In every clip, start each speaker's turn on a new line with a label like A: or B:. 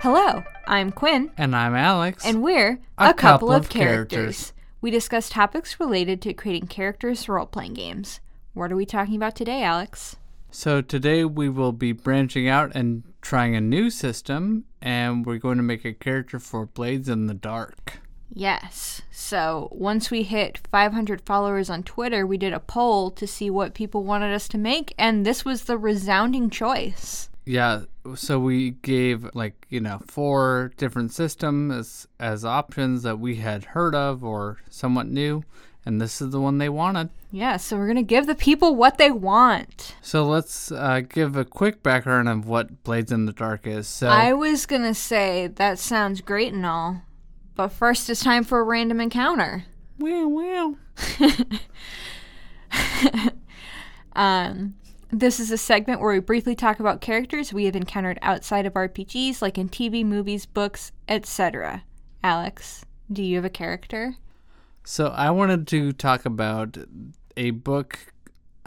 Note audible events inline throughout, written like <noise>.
A: Hello, I'm Quinn,
B: And I'm Alex.
A: and we're
B: A
A: a,
B: Couple
A: couple,
B: of
A: of characters. We discuss topics related to creating characters for role playing games. What are we talking about today, Alex?
B: so today we will be branching out and trying a new system, and we're going to make a character for Blades in the Dark.
A: Yes. So once we hit 500 followers on Twitter, we did a poll to see what people wanted us to make, and this was the resounding choice.
B: Yeah, so we gave like, you know, four different systems as, as options that we had heard of or somewhat new, and this is the one they wanted.
A: Yeah, so we're going to give the people what they want.
B: So let's uh, give a quick background of what Blades in the Dark is. So
A: I was going to say that sounds great and all, but first it's time for a random encounter.
B: Wow, wow.
A: Um, this is a segment where we briefly talk about characters we have encountered outside of RPGs, like in TV, movies, books, etc. Alex, do you have a character?
B: So I wanted to talk about a book.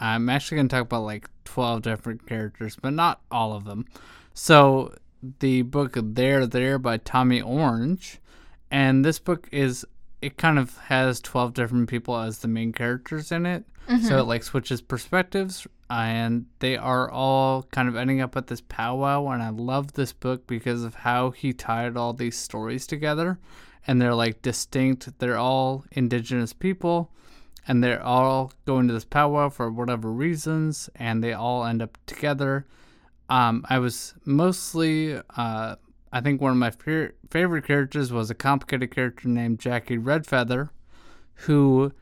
B: I'm actually going to talk about like 12 different characters, but not all of them. So the book There There by Tommy Orange. And this book is, it kind of has 12 different people as the main characters in it. So it like switches perspectives and they are all kind of ending up at this powwow. And I love this book because of how he tied all these stories together and they're like distinct. They're all indigenous people, and they're all going to this powwow for whatever reasons, and they all end up together. Um, I was mostly, uh, I think one of my fa- favorite characters was a complicated character named Jackie Redfeather, who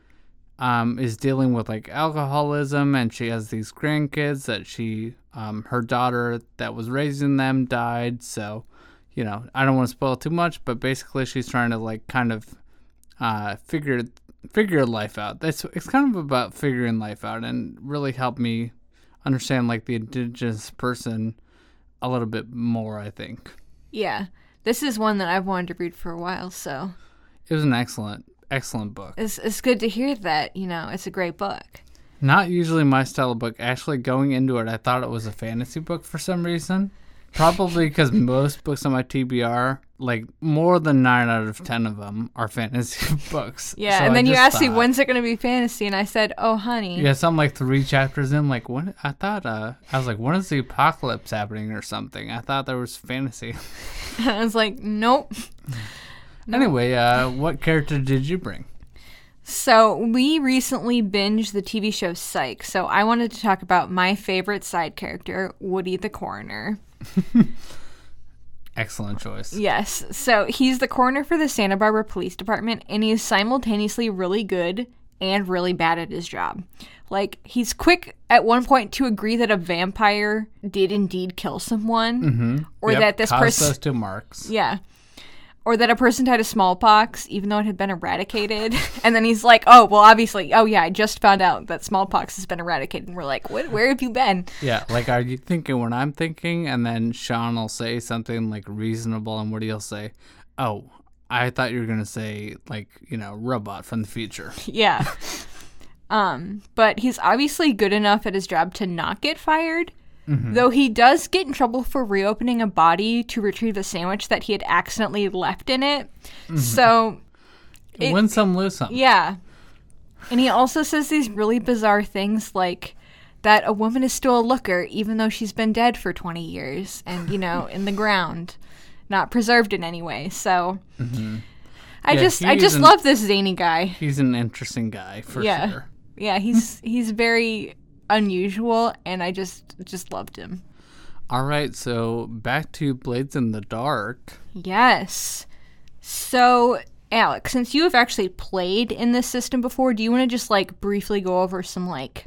B: um, is dealing with like alcoholism, and she has these grandkids that she, um, her daughter that was raising them died, so you know, I don't want to spoil too much, but basically she's trying to like kind of uh, figure figure life out. That's it's kind of about figuring life out and really helped me understand like the indigenous person a little bit more. I think
A: Yeah. This is one that I've wanted to read for a while, so
B: it was an excellent excellent book.
A: it's, it's good to hear that, you know, it's a great book.
B: Not usually my style of book. Actually, going into it, I thought it was a fantasy book for some reason. Probably
A: <laughs>
B: because most books on my TBR, like more than nine out of ten of them, are fantasy <laughs> books.
A: Yeah,
B: So I
A: and then you
B: just
A: asked me,
B: thought-
A: when's it going to be fantasy? And I said, oh, honey.
B: Yeah, so I'm like three chapters in. Like, when I thought, uh, I was like, when is the apocalypse happening or something? I thought there was fantasy.
A: <laughs> I was like, nope.
B: Anyway, uh, what character did you bring?
A: So we recently binged the TV show Psych. So I wanted to talk about my favorite side character, Woody the coroner.
B: Excellent choice.
A: Yes. So he's the coroner for the Santa Barbara Police Department, and he is simultaneously really good and really bad at his job. Like, he's quick at one point to agree that a vampire did indeed kill someone, or
B: Yep,
A: that this
B: caused
A: person.
B: those two marks.
A: Yeah. Or that a person died of smallpox, even though it had been eradicated. <laughs> and then he's like, oh, well, obviously, oh, yeah, I just found out that smallpox has been eradicated. And we're like, what, where have you been?
B: Yeah, like, are you thinking what I'm thinking? And then Sean will say something like reasonable, and Woody will say, "Oh, I thought you were gonna say like you know robot from
A: <laughs>
B: the future."
A: yeah. Um, but he's obviously good enough at his job to not get fired.
B: Mm-hmm.
A: Though he does get in trouble for reopening a body to retrieve the sandwich that he had accidentally left in it.
B: Mm-hmm.
A: So It-
B: Win some, lose some.
A: Yeah. And he also says these really bizarre things like that a woman is still a looker even though she's been dead for 20 years and, you know, in the ground, not preserved in any way. So I
B: Mm-hmm. Yeah,
A: just
B: he
A: I just
B: isn't-
A: love this zany guy.
B: He's an interesting guy for
A: Yeah.
B: sure.
A: Yeah, he's he's very unusual and I just just loved him.
B: All right, so back to Blades in the Dark.
A: Yes. So, Alex, since you have actually played in this system before, do you want to just like briefly go over some like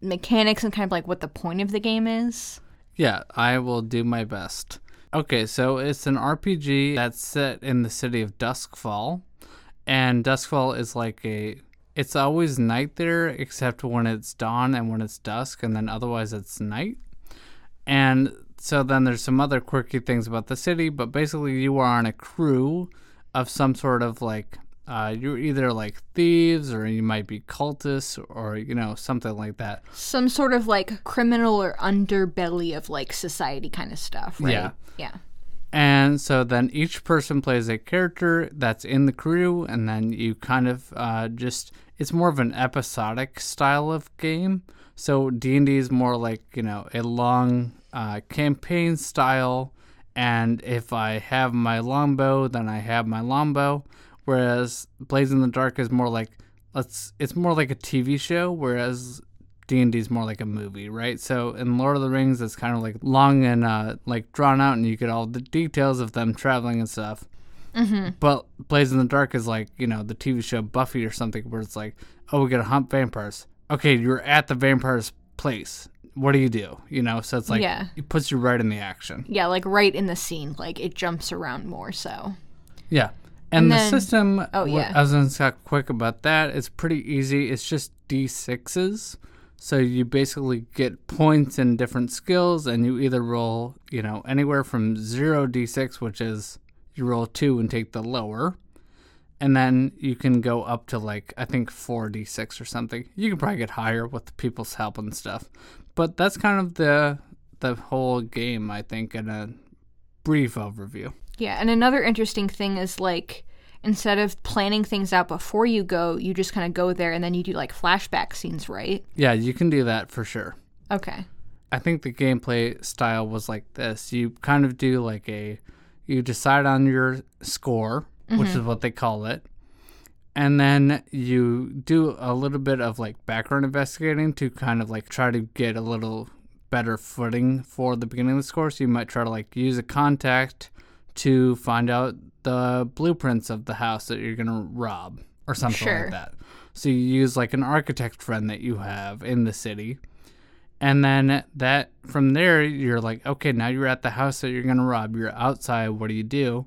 A: mechanics and kind of like what the point of the game is?
B: Yeah, I will do my best. Okay, so it's an RPG that's set in the city of Duskfall. And Duskfall is like a it's always night there except when it's dawn and when it's dusk and then otherwise it's night. And so then there's some other quirky things about the city, but basically you are on a crew of some sort of like uh, you're either like thieves or you might be cultists or you know something like that.
A: Some sort of like criminal or underbelly of like society kind of stuff, right?
B: Yeah.
A: Yeah.
B: And so then each person plays a character that's in the crew, and then you kind of uh, just it's more of an episodic style of game. So D and D is more like you know a long uh, campaign style, and if I have my longbow, then I have my longbow. Whereas Blaze in the Dark is more like let's it's more like a TV show, whereas D&D is more like a movie, right? So in Lord of the Rings, it's kind of like long and uh, like drawn out, and you get all the details of them traveling and stuff. Mm-hmm. But Blaze in the Dark is like you know the TV show Buffy or something, where it's like, oh, we gotta hunt vampires. Okay, you're at the vampire's place. What do you do? You know, so it's like
A: Yeah.
B: it puts you right in the action.
A: Yeah, like right in the scene, like it jumps around more so.
B: Yeah. And,
A: And
B: the
A: then-
B: system,
A: oh,
B: wh-
A: yeah.
B: I was going to talk quick about that. It's pretty easy. It's just D6s. So you basically get points in different skills, and you either roll, you know, anywhere from zero D6, which is you roll two and take the lower. And then you can go up to like, I think, four D6 or something. You can probably get higher with the people's help and stuff. But that's kind of the the whole game, I think, in a brief overview.
A: Yeah, and another interesting thing is like instead of planning things out before you go, you just kind of go there and then you do like flashback scenes, right?
B: Yeah, you can do that for sure.
A: Okay.
B: I think the gameplay style was like this. You kind of do like a you decide on your score, which is what they call it. And then you do a little bit of like background investigating to kind of like try to get a little better footing for the beginning of the score. So you might try to like use a contact to find out the blueprints of the house that you're going to rob or something
A: Sure.
B: like that. So you use like an architect friend that you have in the city. And then that from there, you're like, okay, now you're at the house that you're gonna rob. You're outside. What do you do?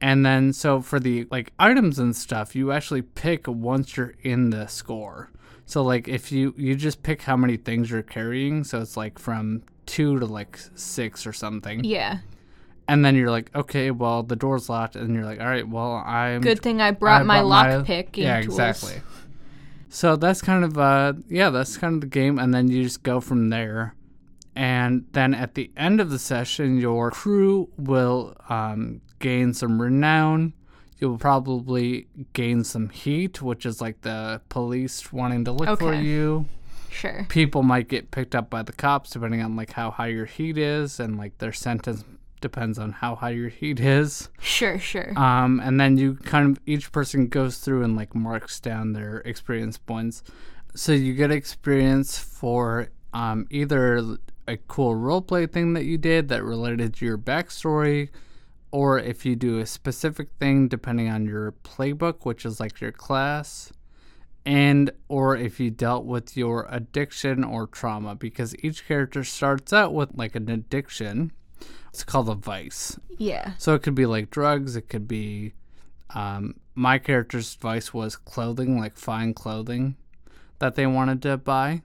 B: And then so for the like items and stuff, you actually pick once you're in the score. So like if you you just pick how many things you're carrying. So it's like from two to like six or something.
A: Yeah.
B: And then you're like, okay, well the door's locked, and you're like, all right, well I'm
A: Good thing I brought
B: I
A: my
B: brought my-
A: lockpick.
B: yeah,
A: tools.
B: exactly. So that's kind of uh yeah, that's kind of the game and then you just go from there. And then at the end of the session your crew will um gain some renown. You'll probably gain some heat, which is like the police wanting to look for
A: Okay.
B: you
A: Sure.
B: people might get picked up by the cops depending on like how high your heat is and like their sentence depends on how high your heat is
A: Sure, sure.
B: um, and then you kind of each person goes through and like marks down their experience points so you get experience for um, either a cool roleplay thing that you did that related to your backstory or if you do a specific thing depending on your playbook which is like your class and or if you dealt with your addiction or trauma because each character starts out with like an addiction it's called a vice
A: yeah.
B: so it could be like drugs. It could be um, my character's vice was clothing, like fine clothing that they wanted to buy.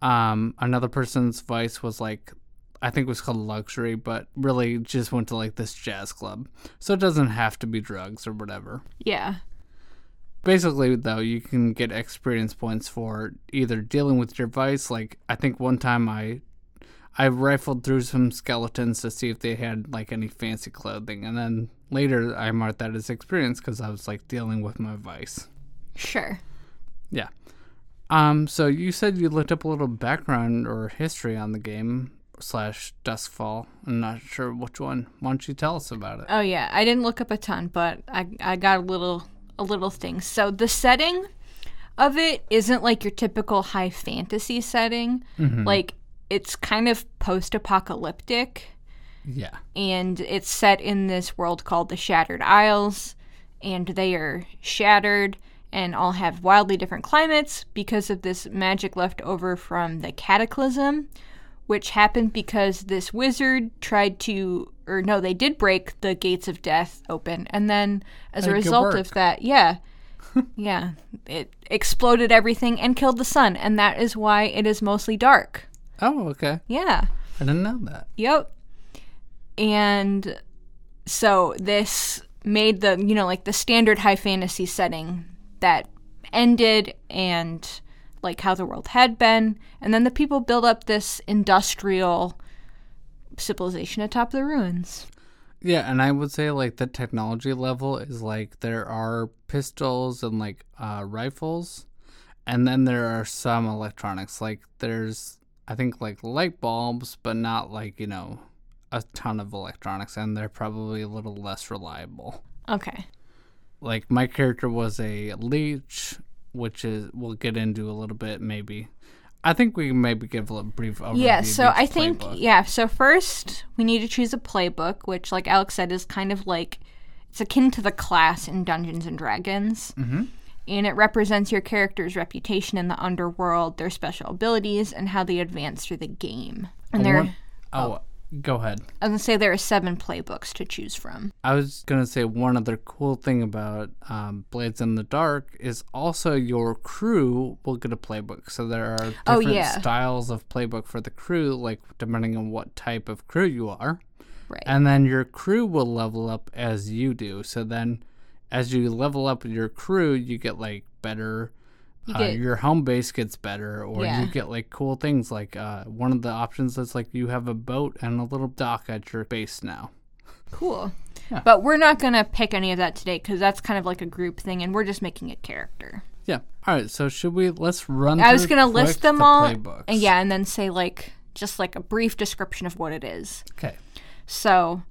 B: Um, another person's vice was like, I think it was called luxury, but really just went to like this jazz club. So it doesn't have to be drugs or whatever.
A: Yeah.
B: Basically, though, you can get experience points for either dealing with your vice. Like I think one time I, I rifled through some skeletons to see if they had like any fancy clothing, and then later I marked that as experience because I was like dealing with my vice.
A: Sure.
B: Yeah. Um. So you said you looked up a little background or history on the game slash Duskfall. I'm not sure which one. Why don't you tell us about it?
A: Oh yeah, I didn't look up a ton, but I I got a little a little thing. So the setting of it isn't like your typical high fantasy setting.
B: Mm-hmm.
A: Like it's kind of post-apocalyptic
B: Yeah.
A: and it's set in this world called the Shattered Isles and they are shattered and all have wildly different climates because of this magic left over from the cataclysm which happened because this wizard tried to or no they did break the gates of death open and then as a
B: Hey, good
A: result
B: work.
A: of that yeah <laughs> yeah it exploded everything and killed the sun and that is why it is mostly dark
B: Oh, okay.
A: yeah
B: I didn't know that.
A: Yep. And so this made the, you know, like the standard high fantasy setting that ended and like how the world had been. And then the people built up this industrial civilization atop the ruins.
B: Yeah, and I would say like the technology level is like there are pistols and like uh, rifles, and then there are some electronics. Like there's I think like light bulbs, but not like you know a ton of electronics, and they're probably a little less reliable.
A: Okay.
B: Like my character was a leech, which is we'll get into a little bit maybe. I think we can maybe give a brief overview.
A: Yeah,
B: of
A: so
B: each
A: I think
B: playbook.
A: yeah, so first we need to choose a playbook, which like Alex said is kind of like it's akin to the class in Dungeons and Dragons. Mm-hmm. And it represents your character's reputation in the underworld, their special abilities, and how they advance through the game. And there,
B: One- oh, go ahead.
A: I was gonna say there are seven playbooks to choose from.
B: I was gonna say one other cool thing about um, Blades in the Dark is also your crew will get a playbook. So there are different
A: Oh, yeah.
B: styles of playbook for the crew, like depending on what type of crew you are.
A: Right.
B: And then your crew will level up as you do. So then, as you level up your crew, you get like better. uh,
A: get-
B: your home base gets better, or
A: Yeah.
B: you get like cool things. Like uh, one of the options is like you have a boat and a little dock at your base now.
A: Cool. But we're not gonna pick any of that today because that's kind of like a group thing, and we're just making a character.
B: Yeah. All right. So should we? Let's run.
A: I was
B: through
A: gonna
B: quick
A: list them
B: the
A: all,
B: Playbooks.
A: and yeah, and then say like just like a brief description of what it is.
B: Okay.
A: So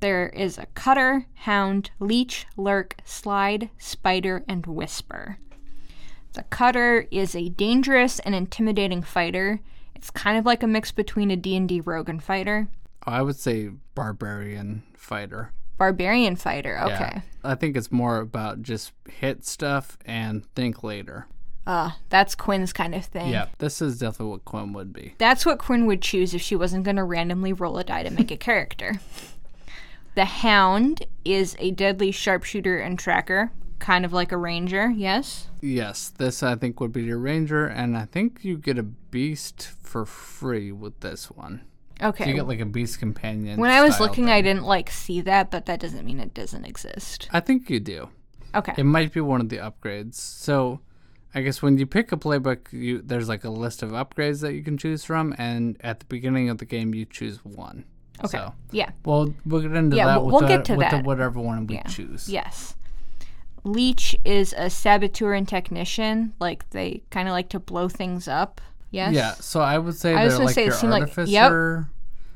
A: there is a cutter, hound, leech, lurk, slide, spider, and whisper. The cutter is a dangerous and intimidating fighter. It's kind of like a mix between a D&D rogue and fighter.
B: Oh, I would say barbarian fighter.
A: Barbarian fighter, okay.
B: Yeah. I think it's more about just hit stuff and think later.
A: Uh, that's Quinn's kind of thing.
B: Yeah. This is definitely what Quinn would be.
A: That's what Quinn would choose if she wasn't going to randomly roll a die to make a character. The Hound is a deadly sharpshooter and tracker, kind of like a ranger, yes?
B: Yes. This I think would be your ranger, and I think you get a beast for free with this one.
A: Okay.
B: You get like a beast companion.
A: when I was
B: style
A: looking,
B: thing.
A: I didn't like see that, but that doesn't mean it doesn't exist.
B: I think you do.
A: Okay.
B: It might be one of the upgrades. So, I guess when you pick a playbook, you there's like a list of upgrades that you can choose from, and at the beginning of the game, you choose one.
A: Okay.
B: So,
A: yeah.
B: well, we'll get into
A: Yeah,
B: that.
A: we'll-
B: with
A: we'll
B: the,
A: get to
B: with the
A: that.
B: whatever one we choose.
A: Yes. Leech is a saboteur and technician. Like they kind of like to blow things up. Yes.
B: Yeah. So I would say
A: I was
B: they're
A: gonna
B: like
A: say it
B: your
A: seemed like- yep.
B: artificer.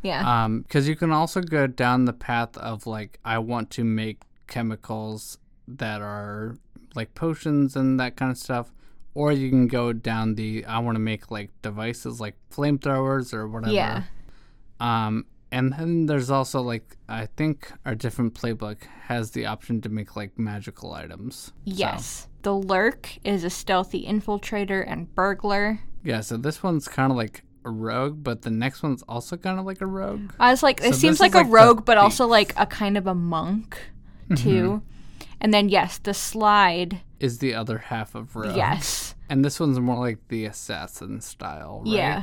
A: Yeah.
B: Um, because you can also go down the path of like I want to make chemicals that are like potions and that kind of stuff, or you can go down the I want to make like devices like flamethrowers or whatever.
A: Yeah.
B: Um, and then there's also like I think our different playbook has the option to make like magical items.
A: yes. The lurk is a stealthy infiltrator and burglar.
B: Yeah. So this one's kind of like a rogue, but the next one's also kind of like a rogue.
A: I was like, it
B: So
A: seems
B: this
A: like
B: is
A: a
B: like the
A: rogue, but also
B: thief. Mm-hmm.
A: like a kind of a monk, too. And then yes, the slide.
B: Is the other half of rogue.
A: Yes.
B: And this one's more like the assassin style, right?
A: Yeah.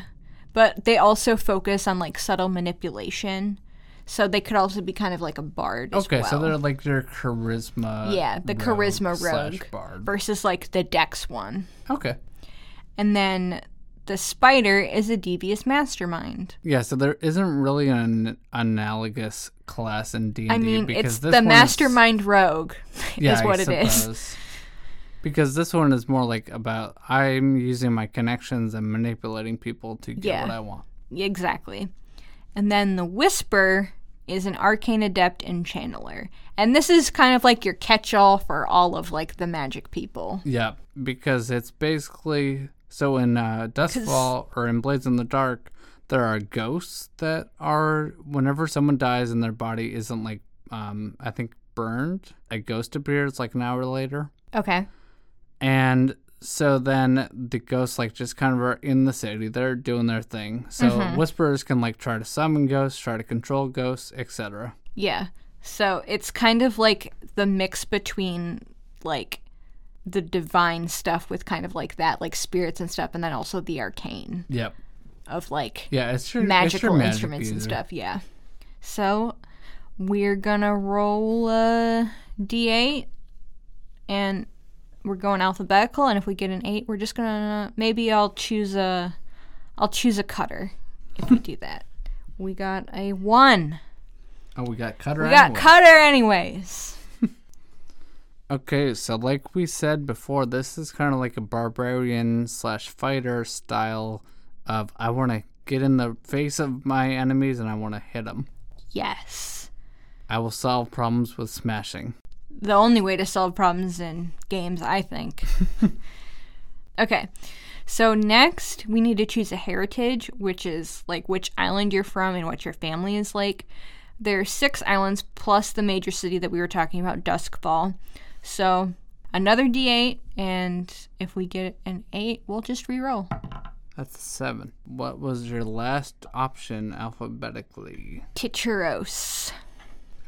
A: But they also focus on like subtle manipulation. So they could also be kind of like a bard as
B: Okay,
A: well.
B: so they're like your charisma.
A: yeah, the charisma
B: slash
A: rogue
B: bard.
A: versus like the dex one.
B: Okay.
A: And then the spider is a devious mastermind.
B: Yeah, so there isn't really an analogous class in D&D
A: I mean,
B: because
A: it's
B: this
A: the
B: one's-
A: mastermind rogue <laughs>
B: yeah, uh,
A: is
B: I
A: what it is.
B: suppose. Because this one is more like about I'm using my connections and manipulating people to get
A: Yeah.
B: what I want.
A: <laughs> Exactly. And then the whisper is an arcane adept and channeler. And this is kind of like your catch-all for all of like the magic people.
B: Yeah, because it's basically so in uh,
A: <laughs>
B: Dustfall or in Blades in the Dark, there are ghosts that are whenever someone dies and their body isn't like um, I think burned, a ghost appears like an hour later,
A: Okay.
B: and so then the ghosts like just kind of are in the city, they're doing their thing. So
A: Mm-hmm.
B: whisperers can like try to summon ghosts, try to control ghosts, etc.
A: Yeah. So it's kind of like the mix between like the divine stuff with kind of like that, like spirits and stuff, and then also the arcane
B: Yep.
A: of like
B: Yeah, it's your it's your
A: magical
B: magic
A: instruments and
B: user.
A: stuff. Yeah. So we're gonna roll a d8, and we're going alphabetical. And if we get an eight, we're just gonna maybe I'll choose a
B: <laughs>
A: I'll choose a cutter if we do that. We got a one.
B: Oh, we got Cutter.
A: We got
B: anyway.
A: Cutter, anyways.
B: Okay, so like we said before, this is kind of like a barbarian slash fighter style of I want to get in the face of my enemies and I want to hit them.
A: Yes.
B: I will solve problems with smashing.
A: the only way to solve problems in games, I think. okay. So next, we need to choose a heritage, which is like which island you're from and what your family is like. There are six islands plus the major city that we were talking about, Duskfall. So another D8, and if we get an eight, we'll just re-roll.
B: That's a seven. What was your last option alphabetically?
A: Tituros.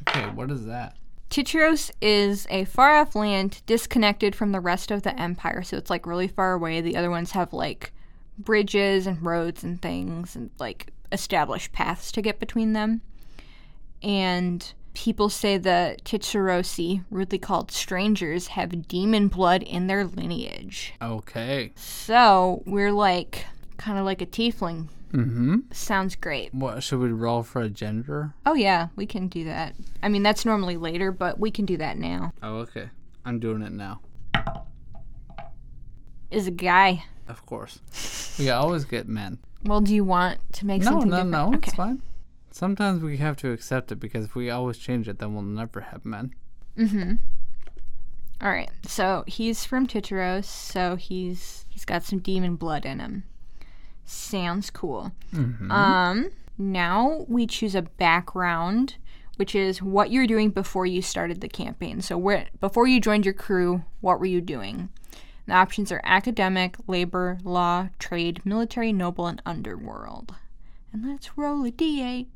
B: Okay, what is that?
A: Titros is a far off land disconnected from the rest of the empire, so it's like really far away. The other ones have like bridges and roads and things and like established paths to get between them. And people say the Titsurosi, rudely called strangers, have demon blood in their lineage.
B: Okay.
A: So we're like kind of like a tiefling.
B: Mm-hmm.
A: Sounds great.
B: What should we roll for a gender?
A: Oh, yeah, we can do that. I mean, that's normally later, but we can do that now.
B: Oh, okay. I'm doing it now.
A: Is a guy.
B: Of course. <laughs> We always get men.
A: Well, do you want to make
B: No,
A: something
B: no,
A: different?
B: no.
A: Okay.
B: It's fine. Sometimes we have to accept it because if we always change it, then we'll never have men.
A: All right. So he's from Titeros, so he's he's got some demon blood in him. Sounds cool.
B: Mm-hmm.
A: Um, now we choose a background, which is what you were doing before you started the campaign. So where before you joined your crew, what were you doing? The options are academic, labor, law, trade, military, noble, and underworld. And let's roll a d8.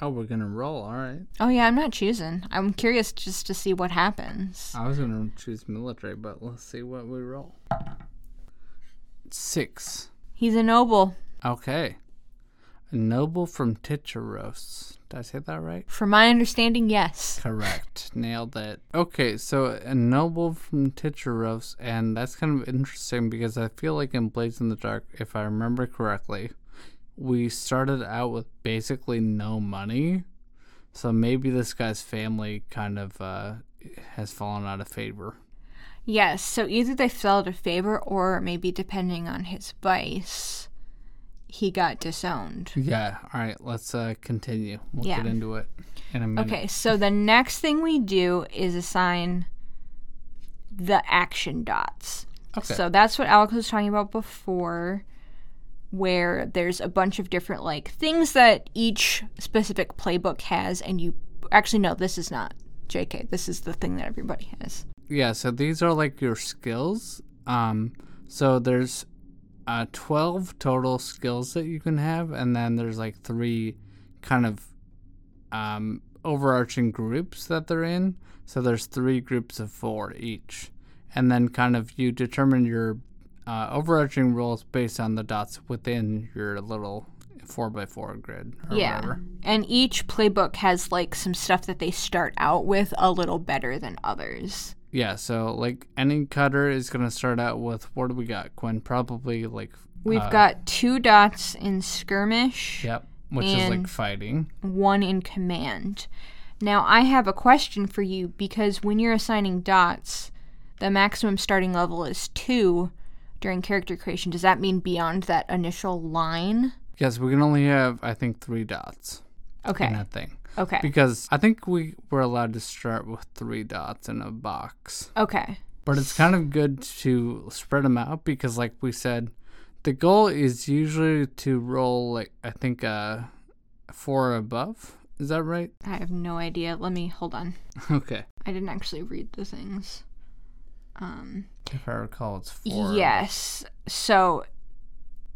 B: Oh, we're gonna roll. All right.
A: Oh yeah, I'm not choosing. I'm curious just to see what happens.
B: I was gonna choose military, but let's see what we roll. Six.
A: He's a noble
B: Okay. A noble from Titcheros. Did I say that right?
A: From my understanding, yes.
B: Correct. Nailed it. Okay, so a noble from Titcheros, and that's kind of interesting because I feel like in Blades in the Dark, if I remember correctly, we started out with basically no money. So maybe this guy's family kind of uh, has fallen out of favor.
A: Yes, so either they fell out of favor or maybe depending on his vice, he got disowned.
B: Yeah. All right. Let's uh, continue. We'll
A: Yeah.
B: get into it in a minute.
A: Okay, so the next thing we do is assign the action dots.
B: Okay.
A: So that's what Alex was talking about before, where there's a bunch of different like things that each specific playbook has, and you actually no, this is not JK. This is the thing that everybody has.
B: Yeah. So these are like your skills. Um. So there's uh twelve total skills that you can have, and then there's like three kind of um overarching groups that they're in. So there's three groups of four each, and then kind of you determine your uh, overarching rules based on the dots within your little four by four grid or
A: Yeah.
B: whatever.
A: And each playbook has like some stuff that they start out with a little better than others.
B: Yeah, so like any cutter is gonna start out with what do we got, Quinn? Probably like
A: We've
B: uh,
A: got two dots in skirmish,
B: yep, which is like
A: and-
B: fighting.
A: one in command. Now, I have a question for you because when you're assigning dots, the maximum starting level is two during character creation. Does that mean beyond that initial line?
B: Yes, we can only have I think three dots in
A: Okay.
B: that thing
A: Okay.
B: because I think we were allowed to start with three dots in a box.
A: Okay.
B: But it's kind of good to spread them out because, like we said, the goal is usually to roll like I think uh four or above. Is that right? <laughs>
A: I have no idea. Let me hold on.
B: okay,
A: I didn't actually read the things. Um,
B: if I recall, it's four.
A: yes. So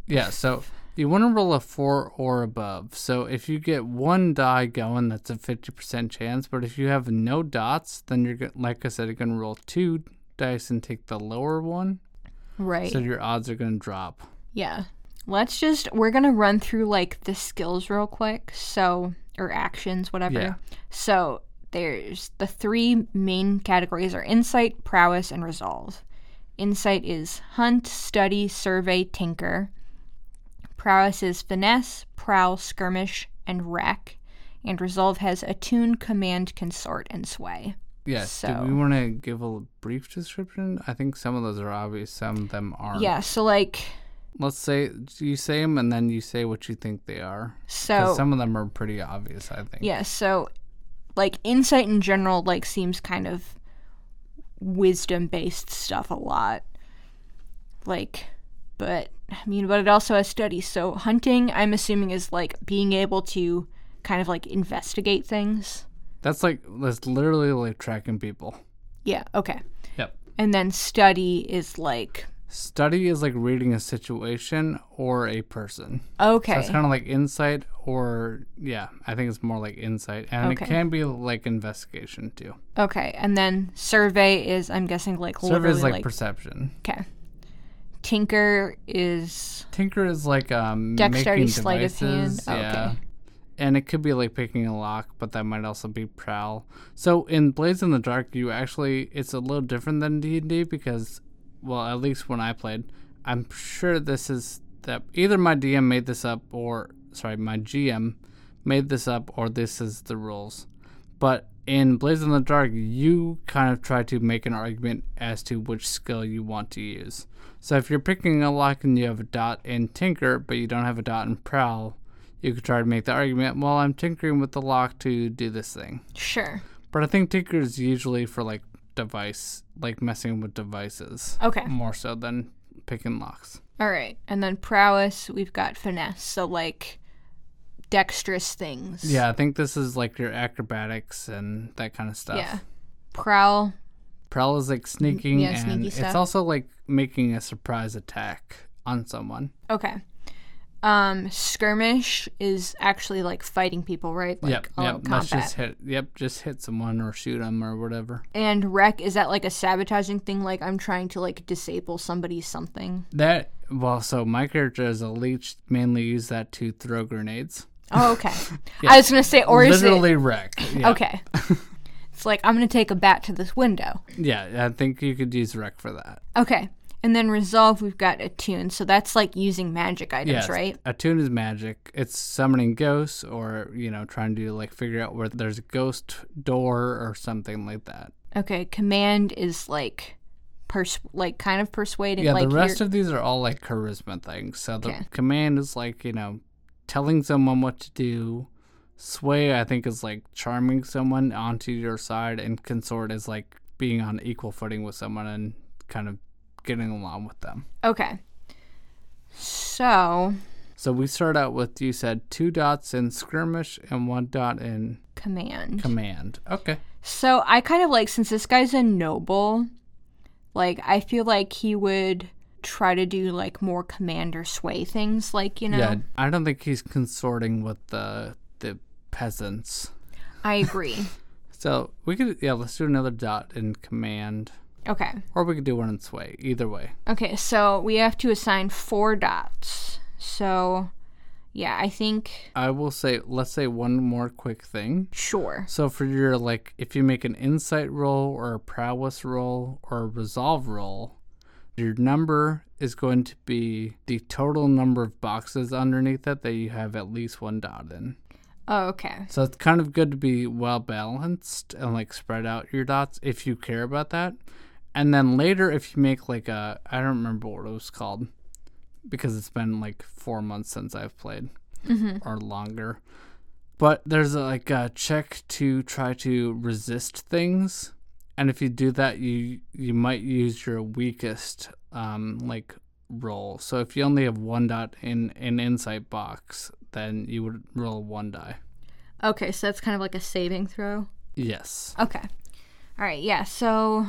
B: Yeah, so you want to roll a four or above. So if you get one die going, that's a 50% chance. But if you have no dots, then you're, go- like I said, you're going to roll two dice and take the lower one.
A: Right.
B: So your odds are going to drop.
A: yeah. Let's just we're going to run through like the skills real quick. So or actions, whatever.
B: Yeah.
A: So there's the three main categories are insight, prowess, and resolve. Insight is hunt, study, survey, tinker. Prowess is finesse, prowl, skirmish, and wreck. and Resolve has attune, command, consort, and sway.
B: Yes.
A: So-
B: Do we want to give a l- brief description? I think some of those are obvious, some of them aren't.
A: Yeah, so like
B: Let's say you say them and then you say what you think they are. 'Cause
A: so
B: some of them are pretty obvious, I think.
A: yeah, so like insight in general like seems kind of wisdom based stuff a lot. Like but I mean but it also has studies. So hunting I'm assuming is like being able to kind of like investigate things.
B: That's like, that's literally like tracking people.
A: Yeah, okay.
B: Yep.
A: And then study is like
B: Study is like reading a situation or a person.
A: okay.
B: That's kind of like insight or, yeah, I think it's more like insight. And
A: Okay.
B: it can be like investigation too.
A: Okay, and then survey is I'm guessing like
B: Survey
A: literally
B: is like,
A: like,
B: perception.
A: okay. Tinker is
B: Tinker is like um
A: Dexterity,
B: making
A: sleight of hand.
B: devices,
A: Oh, okay.
B: yeah. And it could be like picking a lock, but that might also be prowl. So in Blades in the Dark, you actually it's a little different than D and D because, well, at least when I played, I'm sure this is that either my DM made this up or sorry, my GM made this up or this is the rules. But in Blades in the Dark, you kind of try to make an argument as to which skill you want to use. So if you're picking a lock and you have a dot in Tinker, but you don't have a dot in Prowl, you could try to make the argument, well, I'm tinkering with the lock to do this thing.
A: sure.
B: But I think Tinker is usually for like device, like messing with devices,
A: Okay.
B: more so than picking locks.
A: All right. And then prowess, we've got finesse. So like dexterous things.
B: Yeah, I think this is like your acrobatics and that kind of stuff.
A: Yeah. Prowl.
B: Prowl is like sneaking,
A: Mm-hmm. yeah,
B: and
A: sneaky
B: it's
A: stuff.
B: also like making a surprise attack on someone.
A: Okay. Um skirmish is actually like fighting people, right? Like
B: yep,
A: all
B: yep.
A: out
B: Let's
A: combat.
B: just hit. Yep, just hit someone or shoot them or whatever.
A: And wreck is that like a sabotaging thing like I'm trying to like disable somebody's something.
B: That well, so my character as a leech mainly used that to throw grenades.
A: Oh,
B: <laughs>
A: okay. I was going to say or is it
B: Literally wreck. Yeah.
A: Okay.
B: <laughs>
A: it's like I'm gonna take a bat to this window.
B: yeah, I think you could use wreck for that.
A: Okay. And then resolve we've got attune, so that's like using magic items,
B: Yes,
A: right?
B: Attune is magic. It's summoning ghosts or you know trying to like figure out where there's a ghost door or something like that.
A: Okay. Command is like pers like kind of <laughs> persuading
B: Yeah,
A: like
B: the rest
A: you're-
B: of these are all like charisma things. So the
A: Okay.
B: command is like, you know, telling someone what to do. Sway, I think, is like charming someone onto your side, and consort is like being on equal footing with someone and kind of getting along with them.
A: Okay. So
B: So we start out with you said two dots in skirmish and one dot in
A: command.
B: command. Okay.
A: so I kind of like since this guy's a noble, like I feel like he would try to do like more command or sway things, like, you know.
B: Yeah, I don't think he's consorting with the the peasants.
A: I
B: <laughs>
A: agree.
B: So we could yeah, let's do another dot in command.
A: okay.
B: Or we could do one in sway. Either way.
A: Okay, so we have to assign four dots. So, yeah, I think
B: I will say, let's say one more quick thing.
A: sure.
B: So for your like, if you make an insight roll or a prowess roll or a resolve roll, your number is going to be the total number of boxes underneath it that you have at least one dot in.
A: Oh, okay.
B: So it's kind of good to be well balanced and like spread out your dots if you care about that. And then later, if you make like a, I don't remember what it was called because it's been like four months since I've played or longer. But there's like a check to try to resist things. And if you do that, you you might use your weakest um, like roll. So if you only have one dot in an insight box, then you would roll one die.
A: Okay, so that's kind of like a saving throw.
B: Yes.
A: Okay. All right, yeah, so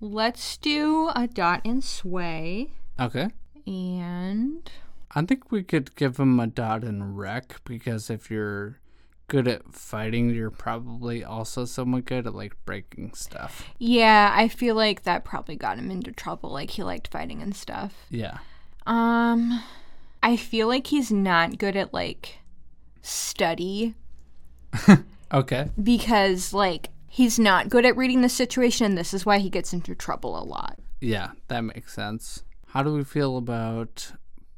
A: let's do a dot in sway
B: Okay.
A: and
B: I think we could give him a dot in wreck because if you're good at fighting, you're probably also somewhat good at like breaking stuff.
A: yeah, I feel like that probably got him into trouble like he liked fighting and stuff.
B: Yeah.
A: Um, I feel like he's not good at like study
B: Okay.
A: because like he's not good at reading the situation and this is why he gets into trouble a lot
B: Yeah, that makes sense. How do we feel about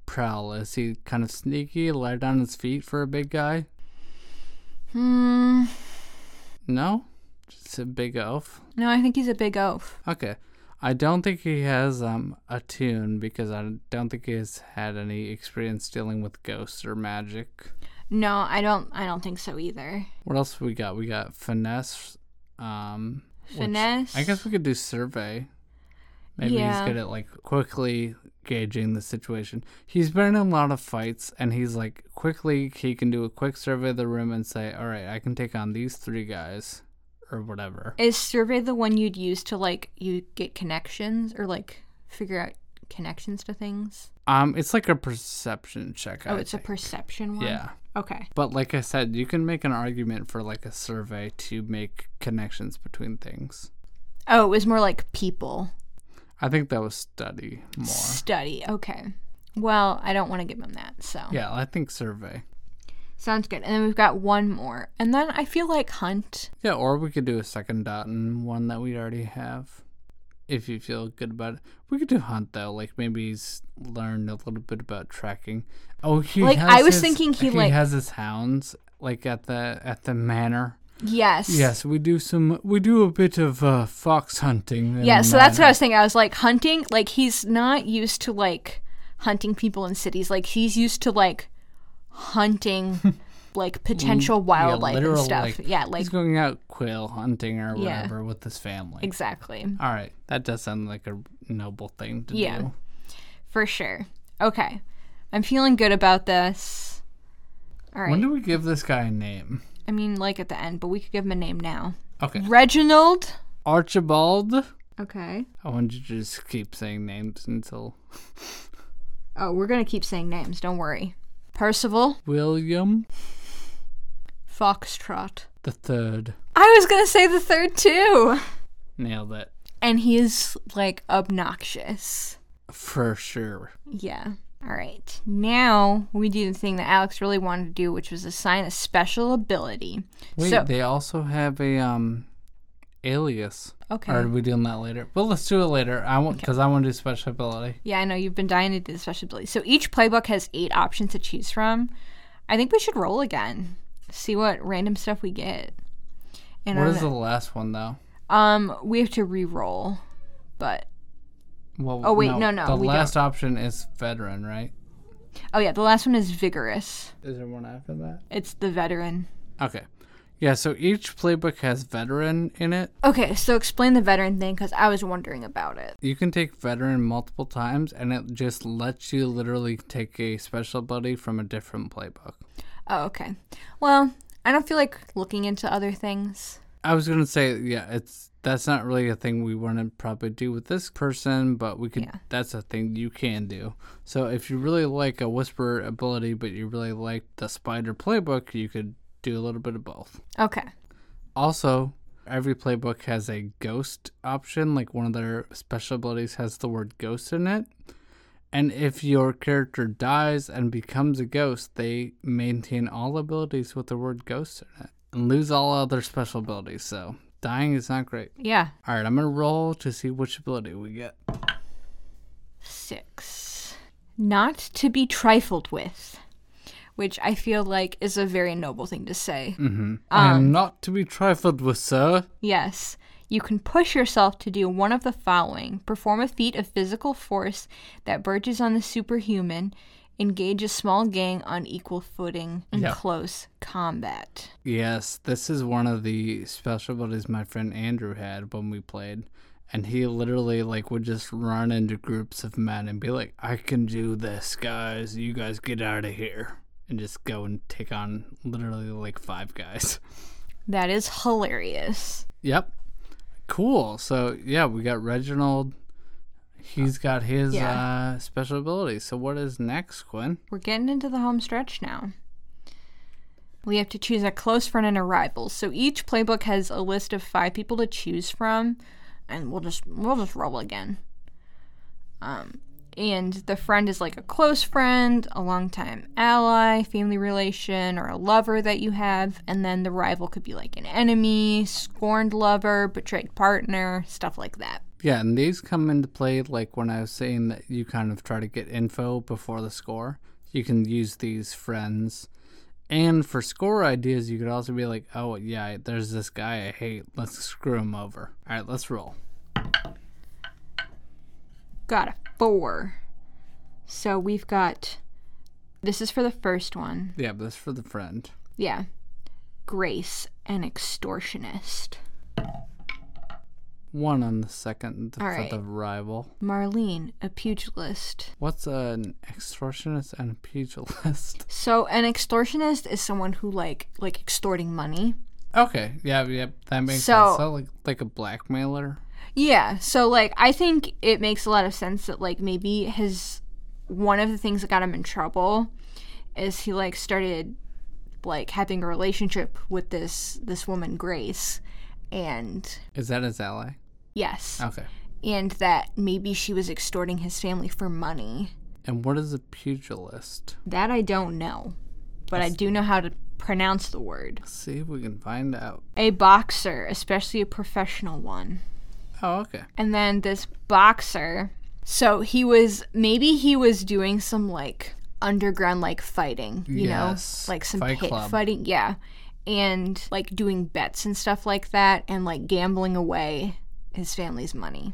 B: Prowl? Is he kind of sneaky, light on his feet for a big guy?
A: Hmm.
B: No? Just a big oaf.
A: No, I think he's a big oaf.
B: Okay. I don't think he has um a tune because I don't think he's had any experience dealing with ghosts or magic.
A: No, I don't. I don't think so either.
B: What else we got? We got finesse. Um, which
A: Finesse.
B: I guess we could do survey. Maybe
A: Yeah.
B: he's good at like quickly gauging the situation. He's been in a lot of fights, and he's like quickly he can do a quick survey of the room and say, "All right, I can take on these three guys, or whatever."
A: Is survey the one you'd use to like you get connections or like figure out connections to things?
B: Um, it's like a perception check.
A: Oh,
B: I
A: it's
B: think.
A: a perception one.
B: Yeah.
A: Okay.
B: But like I said, you can make an argument for like a survey to make connections between things.
A: Oh, it was more like people
B: I think that was study more.
A: study. Okay. Well, I don't want to give him that. So
B: Yeah, I think survey.
A: sounds good. And then we've got one more, and then I feel like hunt.
B: Yeah, or we could do a second dot and one that we already have. If you feel good about it. We could do hunt though, like maybe he's learned a little bit about tracking. Oh he
A: Like,
B: has
A: I was
B: his-
A: thinking he,
B: he
A: like-
B: has his hounds like at the at the manor.
A: Yes.
B: Yes, we do some we do a bit of uh, fox hunting. in
A: Yeah,
B: the
A: so that's what
B: manor.
A: I was thinking. I was like hunting, like he's not used to like hunting people in cities. Like he's used to like
B: <laughs>
A: hunting like potential
B: Yeah,
A: wildlife and
B: literal,
A: stuff. yeah, like
B: he's going out quail hunting or
A: Yeah.
B: whatever with his family.
A: exactly.
B: All right, that does sound like a noble thing to
A: Yeah.
B: do.
A: For sure. Okay. I'm feeling good about this. All right.
B: When do we give this guy a name?
A: I mean like at the end, but we could give him a name now.
B: Okay,
A: Reginald.
B: Archibald.
A: Okay.
B: I want you to just keep saying names until
A: Oh, we're going to keep saying names, don't worry. Percival
B: William
A: Foxtrot.
B: the Third.
A: I was going to say the third too.
B: Nailed it
A: and he is like obnoxious.
B: for sure.
A: Yeah. All right. Now we do the thing that Alex really wanted to do, which was assign a special ability.
B: Wait,
A: so
B: they also have a um alias.
A: okay.
B: Or are we doing that later? Well, let's do it later. I want because I want to do special ability.
A: yeah, I know you've been dying to do the special ability. So each playbook has eight options to choose from. I think we should roll again, see what random stuff we get. And
B: What
A: I'm-
B: is the last one though?
A: um, we have to re-roll, but
B: Well,
A: Oh, wait, no, no,
B: The
A: we
B: last option is veteran, right?
A: oh yeah, the last one is vigorous.
B: Is there one after that?
A: It's the veteran.
B: Okay. Yeah, so each playbook has veteran in it.
A: Okay, so explain the veteran thing because I was wondering about it.
B: You can take veteran multiple times, and it just lets you literally take a special buddy from a different playbook.
A: Oh, okay. Well, I don't feel like looking into other things.
B: I was gonna say, yeah, it's that's not really a thing we want to probably do with this person, but we could.
A: Yeah.
B: That's a thing you can do. So if you really like a whisper ability, but you really like the spider playbook, you could do a little bit of both.
A: Okay.
B: Also, every playbook has a ghost option, like one of their special abilities has the word ghost in it. And if your character dies and becomes a ghost, they maintain all abilities with the word ghost in it and lose all other special abilities. So, dying is not great.
A: Yeah.
B: All right, I'm going to roll to see which ability we get.
A: Six. Not to be trifled with, which I feel like is a very noble thing to say.
B: I am Mm-hmm. not to be trifled with, sir.
A: Yes. You can push yourself to do one of the following perform a feat of physical force that verges on the superhuman, engage a small gang on equal footing in
B: Yeah.
A: close combat.
B: Yes, this is one of the special abilities my friend Andrew had when we played. And he literally like would just run into groups of men and be like, I can do this, guys. You guys get out of here. And just go and take on literally like five guys. <laughs>
A: That is hilarious.
B: Yep. Cool. So yeah, we got Reginald. He's got his
A: Yeah.
B: uh, special ability. So what is next, Quinn?
A: We're getting into the home stretch now. We have to choose a close friend and a rival. So each playbook has a list of five people to choose from, and we'll just we'll just roll again. Um, and the friend is like a close friend, a longtime ally, family relation, or a lover that you have, and then the rival could be like an enemy, scorned lover, betrayed partner, stuff like that.
B: Yeah, and these come into play like when I was saying that you kind of try to get info before the score. You can use these friends And for score ideas, you could also be like, oh, yeah, there's this guy I hate. Let's screw him over. All right, let's roll.
A: Got a four. So we've got. This is for the first one.
B: Yeah, but that's for the friend.
A: Yeah. Grace, an extortionist.
B: One on the second
A: All
B: for
A: right.
B: the rival.
A: Marlene, a pugilist.
B: What's an extortionist and a pugilist? <laughs>
A: So an extortionist is someone who like like extorting money.
B: okay, yeah, yeah, that makes
A: So-
B: sense. So like, like a blackmailer.
A: Yeah. So like I think it makes a lot of sense that like maybe his one of the things that got him in trouble is he like started like having a relationship with this this woman Grace and
B: Is that his ally?
A: yes
B: Okay.
A: and that maybe she was extorting his family for money.
B: And what is a pugilist?
A: That I don't know. But I do know how to pronounce the word.
B: Let's see if we can find out.
A: A boxer, especially a professional one.
B: Oh, okay.
A: and then this boxer. So he was maybe he was doing some like underground like fighting, you
B: Yes.
A: know, like some
B: Fight
A: pit
B: club.
A: fighting, yeah, and like doing bets and stuff like that, and like gambling away his family's money.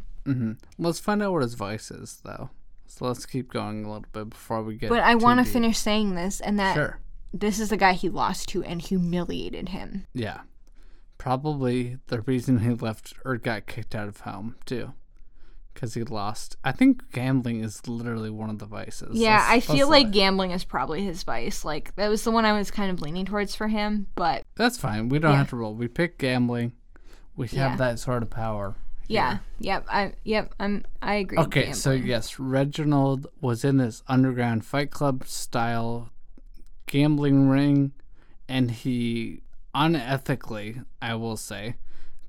B: Let's find out what his vice is, though. So let's keep going a little bit before we get.
A: But I
B: too
A: want to
B: deep.
A: finish saying this, and that
B: Sure.
A: this is the guy he lost to and humiliated him.
B: Yeah. Probably the reason he left or got kicked out of home, too. Because he lost. I think gambling is literally one of the vices.
A: Yeah,
B: That's-
A: I
B: that's
A: feel
B: the-
A: like gambling is probably his vice. Like that was the one I was kind of leaning towards for him, but
B: That's fine. We don't
A: Yeah.
B: have to roll. We pick gambling. We
A: Yeah.
B: have that sort of power.
A: yeah, yep, I yep, I'm I agree. with
B: Okay, so
A: gambling.
B: yes, Reginald was in this underground fight club style gambling ring, and he unethically, I will say,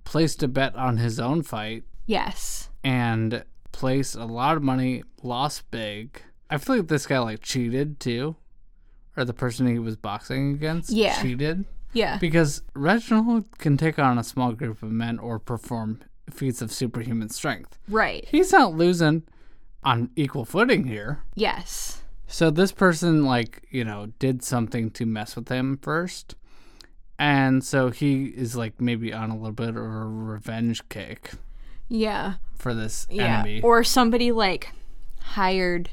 B: placed a bet on his own fight
A: yes.
B: and placed a lot of money, lost big. I feel like this guy like cheated too, or the person he was boxing against
A: Yeah.
B: cheated
A: Yeah.
B: because Reginald can take on a small group of men or perform feats of superhuman strength.
A: Right.
B: he's not losing on equal footing here.
A: Yes.
B: So this person, like, you know, did something to mess with him first. And so he is like maybe on a little bit of a revenge kick
A: Yeah.
B: for this
A: Yeah.
B: enemy.
A: Or somebody like hired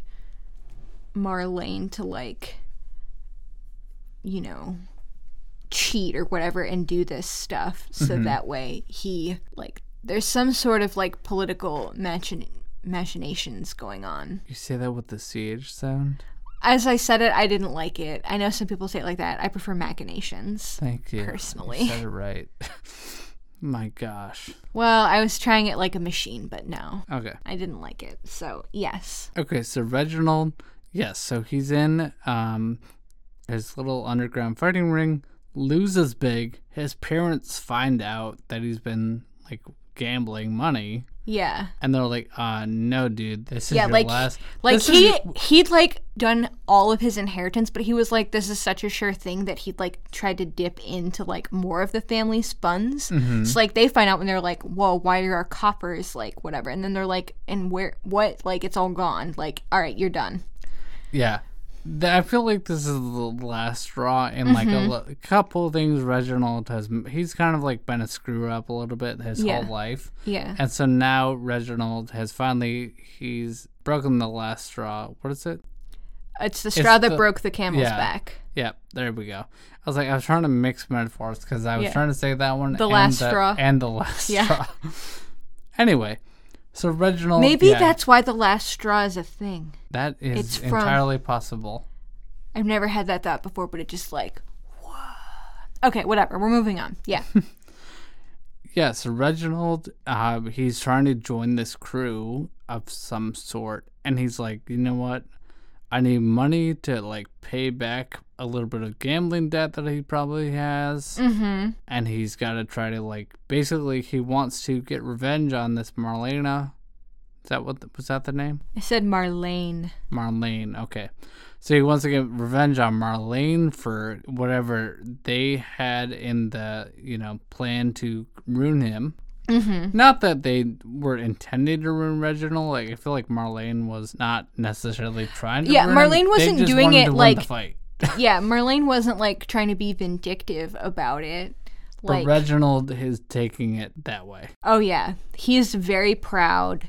A: Marlene to like you know cheat or whatever and do this stuff so
B: Mm-hmm.
A: that way he like there's some sort of like political machin- machinations going on.
B: you say that with the CH sound?
A: As I said it, I didn't like it. I know some people say it like that. I prefer machinations.
B: Thank you.
A: Personally.
B: You said it right. <laughs> My gosh.
A: Well, I was trying it like a machine, but no.
B: Okay.
A: I didn't like it. So, yes.
B: Okay, so Reginald, yes, so he's in um his little underground fighting ring, loses big. His parents find out that he's been like gambling money,
A: Yeah.
B: and they're like, "Uh, no, dude, this is
A: Yeah,
B: your
A: like-
B: last."
A: Like
B: this is
A: he
B: your-
A: he'd like done all of his inheritance, but he was like, this is such a sure thing that he'd like tried to dip into like more of the family's funds.
B: Mm-hmm.
A: So like they find out when they're like, whoa, why are our coppers like whatever? And then they're like, and where what? Like it's all gone. Like all right, you're done.
B: yeah. Th- I feel like this is the last straw, and like
A: Mm-hmm.
B: a lo- couple things. Reginald has he's kind of like been a screw up a little bit his
A: Yeah.
B: whole life.
A: Yeah.
B: And so now Reginald has finally he's broken the last straw. What is it?
A: It's the straw that
B: the-
A: broke the camel's
B: yeah.
A: back.
B: Yep, there we go. I was like, I was trying to mix metaphors because I was
A: Yeah.
B: trying to say that one,
A: The last
B: the,
A: straw.
B: and the last
A: Yeah.
B: straw. <laughs> anyway, so Reginald.
A: Maybe
B: Oh, yeah,
A: that's why the last straw is a thing.
B: that is
A: it's from-
B: entirely possible.
A: I've never had that thought before, but it just like, whoa. Okay, whatever. We're moving on.
B: <laughs>
A: Yeah.
B: Yeah, so Reginald, uh, he's trying to join this crew of some sort, and he's like, you know what? I need money to like pay back a little bit of gambling debt that he probably has.
A: mm-hmm.
B: and he's got to try to like basically he wants to get revenge on this Marlena. Is that what was that the name?
A: I said Marlene.
B: Marlene. Okay, so he wants to get revenge on Marlene for whatever they had in the you know plan to ruin him.
A: Mm-hmm.
B: Not that they were intended to ruin Reginald. Like I feel like Marlene was not necessarily trying to.
A: Yeah,
B: ruin him.
A: Marlene
B: They
A: wasn't
B: just
A: doing
B: wanted
A: it,
B: to win
A: like-
B: the fight.
A: yeah, Merlane wasn't like trying to be vindictive about it. Like,
B: but Reginald is taking it that way.
A: oh yeah, he is very proud.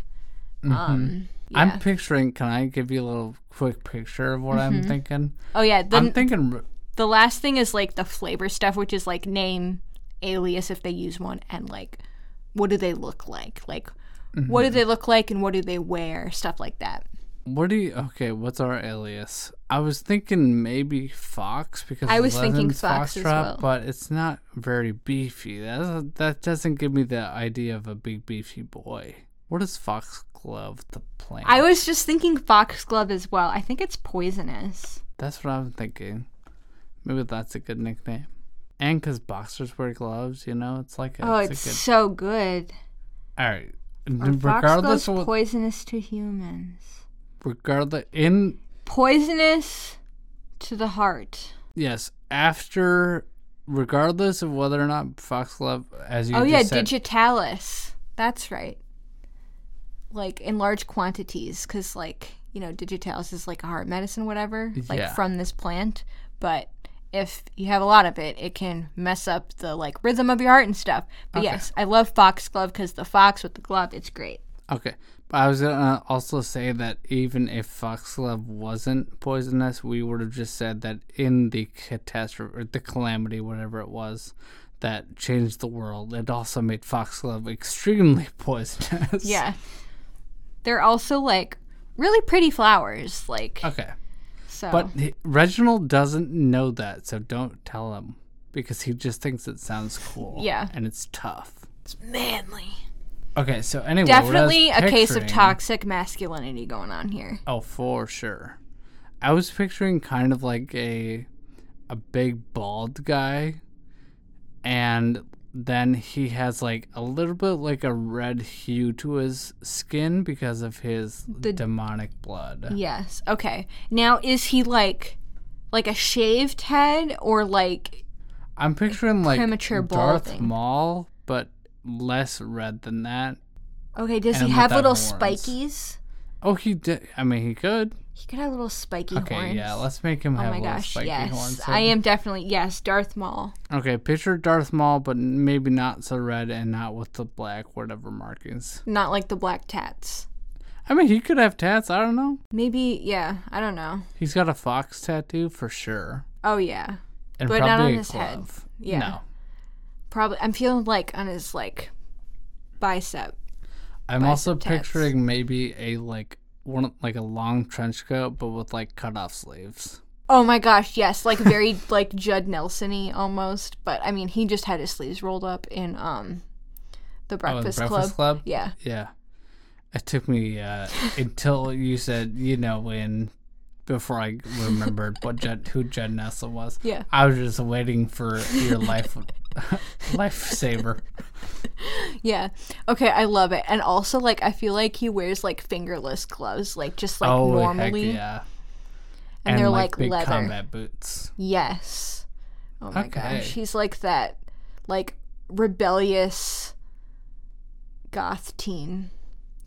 A: Um, yeah.
B: I'm picturing. Can I give you a little quick picture of what I'm thinking?
A: oh yeah, the
B: I'm thinking
A: the last thing is like the flavor stuff, which is like name, alias if they use one, and like what do they look like? Like what
B: Mm-hmm.
A: do they look like and what do they wear? Stuff like that.
B: What do you? Okay, what's our alias? I was thinking maybe Fox because
A: I was
B: the
A: thinking
B: Levin's
A: Fox as
B: Foxtrot,
A: well.
B: but it's not very beefy. That doesn't- that doesn't give me the idea of a big beefy boy. What is Foxglove the plant?
A: I was just thinking foxglove as well. I think it's poisonous.
B: that's what I'm thinking. Maybe that's a good nickname. And because boxers wear gloves, you know, it's like a,
A: oh,
B: it's,
A: it's
B: a good.
A: so good.
B: All right,
A: Are
B: regardless
A: foxgloves
B: of what,
A: poisonous to humans.
B: regardless in
A: Poisonous to the heart.
B: yes after regardless of whether or not foxglove as you
A: oh
B: just
A: yeah,
B: said,
A: digitalis. That's right. Like in large quantities, because like you know, digitalis is like a heart medicine, whatever, like
B: Yeah.
A: from this plant. But if you have a lot of it, it can mess up the like rhythm of your heart and stuff. But yes, I love foxglove because the fox with the glove, it's great.
B: Okay. But I was gonna also say that even if foxglove wasn't poisonous, we would have just said that in the catastrophe or the calamity, whatever it was, that changed the world. It also made foxglove extremely <laughs> poisonous.
A: Yeah, they're also like really pretty flowers. Like
B: Okay.
A: so,
B: Uh, But he- Reginald doesn't know that, so don't tell him because he just thinks it sounds cool.
A: Yeah.
B: And it's tough.
A: it's manly.
B: Okay. So anyway, what I was
A: Definitely a case of
B: picturing-
A: toxic masculinity going on here.
B: Oh, for sure. I was picturing kind of like a a big bald guy and then he has like a little bit like a red hue to his skin because of his demonic blood.
A: Yes. Okay. Now is he like like a shaved head or like
B: I'm picturing like
A: Premature
B: Darth
A: balding.
B: Maul, but less red than that.
A: okay, does
B: And
A: he
B: with
A: have
B: the
A: little
B: horns.
A: spikies?
B: Oh, he did. I mean, he could.
A: He could have little spiky
B: Okay,
A: horns.
B: yeah. Let's make him
A: Oh
B: have
A: my
B: little
A: gosh,
B: spiky
A: yes.
B: horns.
A: I am definitely yes, Darth Maul.
B: Okay, picture Darth Maul, but maybe not so red and not with the black whatever markings.
A: Not like the black tats.
B: I mean, he could have tats. I don't know.
A: Maybe yeah, I don't know.
B: He's got a fox tattoo for sure,
A: Oh yeah.
B: and
A: But not
B: probably
A: on
B: a
A: his head.
B: glove.
A: Yeah.
B: No,
A: Probably I'm feeling like on his like bicep.
B: I'm also
A: Bicep tats.
B: picturing maybe a like one of- like a long trench coat, but with like cut off sleeves.
A: Oh my gosh, yes, like
B: <laughs>
A: very like Judd Nelson-y almost, but I mean he just had his sleeves rolled up in um the
B: Oh, the
A: Breakfast,
B: Breakfast
A: Club.
B: Club.
A: Yeah.
B: Yeah, it took me uh, until you said you know when before I remembered what Jed, who Jed Nessel was.
A: Yeah.
B: I was just waiting for your life <laughs> lifesaver.
A: Yeah. Okay, I love it. And also like I feel like he wears like fingerless gloves, like just like
B: oh
A: normally.
B: heck yeah!
A: And, they're like,
B: big
A: leather.
B: combat boots.
A: Yes. Oh my
B: Okay.
A: gosh. He's like that like rebellious goth teen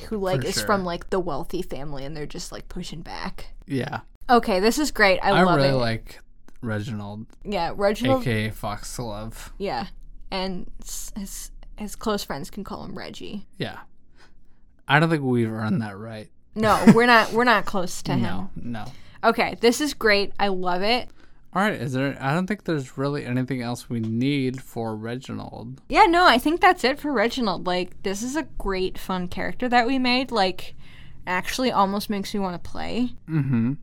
A: who like is from
B: sure.
A: like the wealthy family and they're just like pushing back.
B: Yeah.
A: Okay, this is great. I,
B: I,
A: love
B: really
A: it.
B: like Reginald,
A: yeah, Reginald
B: aka Foxglove.
A: Yeah, and s- his his close friends can call him Reggie.
B: Yeah. I don't think we've earned that right.
A: No, we're not. We're not close to him.
B: <laughs> No, no.
A: Okay, this is great. I love it.
B: All right, is there I don't think there's really anything else we need for Reginald.
A: Yeah, no, I think that's it for Reginald. Like, this is a great, fun character that we made. Like, actually, almost makes me want to play.
B: Mhm.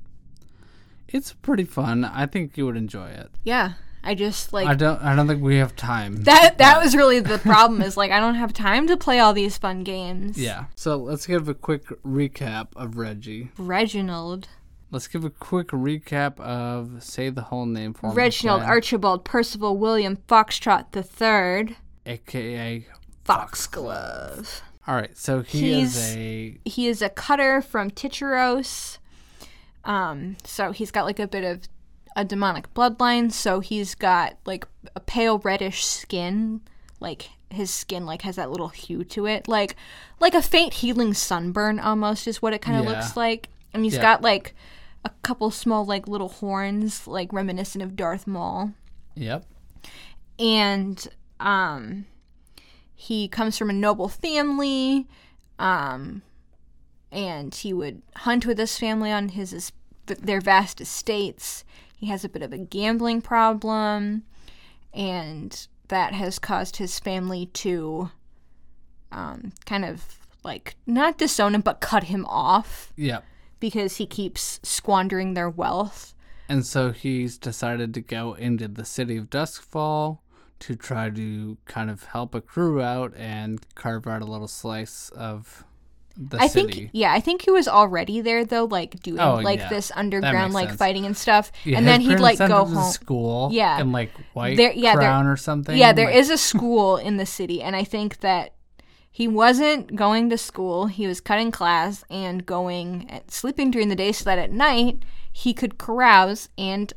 B: It's pretty fun. I think you would enjoy it.
A: Yeah, I just like
B: I don't I don't think we have time.
A: that. That was really the problem. Is like I don't have time to play all these fun games.
B: yeah. So, let's give a quick recap of Reggie.
A: Reginald,
B: Let's give a quick recap of say the whole name for me,
A: Reginald,
B: Glenn,
A: Archibald, Percival, William, Foxtrot the Third,
B: aka
A: Foxglove.
B: All right, so he
A: He's-
B: is a
A: he is a cutter from Titcheros. Um, so he's got like a bit of a demonic bloodline. So he's got like a pale reddish skin. Like his skin like has that little hue to it, like like a faint healing sunburn almost is what it kind of
B: Yeah.
A: looks like. And he's
B: Yeah.
A: got like a couple small like little horns, like reminiscent of Darth Maul.
B: Yep.
A: And um he comes from a noble family. Um and he would hunt with his family on his, his their vast estates. He has a bit of a gambling problem and that has caused his family to um, kind of like not disown him but cut him off
B: Yep.
A: because he keeps squandering their wealth.
B: And so he's decided to go into the city of Duskfall to try to kind of help a crew out and carve out a little slice of the
A: I
B: city.
A: think yeah, I think he was already there though, like doing
B: Oh,
A: like
B: yeah.
A: this
B: That
A: underground
B: makes
A: like
B: sense.
A: fighting and stuff,
B: Yeah,
A: and
B: his
A: then he'd
B: parents
A: like
B: sent
A: go
B: him to
A: home.
B: School,
A: Yeah.
B: and like white
A: There- yeah, there-
B: crown or something.
A: Yeah, there
B: like,
A: is a school in the city, and I think that he wasn't going to school. He was cutting class and going at, sleeping during the day so that at night he could carouse and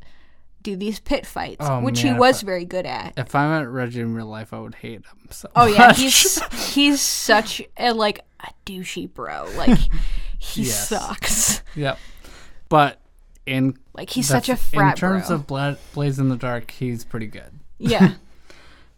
A: do these pit fights,
B: Oh,
A: which
B: man,
A: he
B: if
A: was very good at.
B: If I met Reggie in real life, I would hate him. So
A: Oh yeah,
B: <laughs> much.
A: he's he's such a like a douchey bro. Like he
B: <laughs> Yes.
A: sucks.
B: yep. But in
A: Like he's
B: the-
A: such a frat
B: in terms
A: bro.
B: of Bla- Blaze in the Dark, he's pretty good.
A: yeah.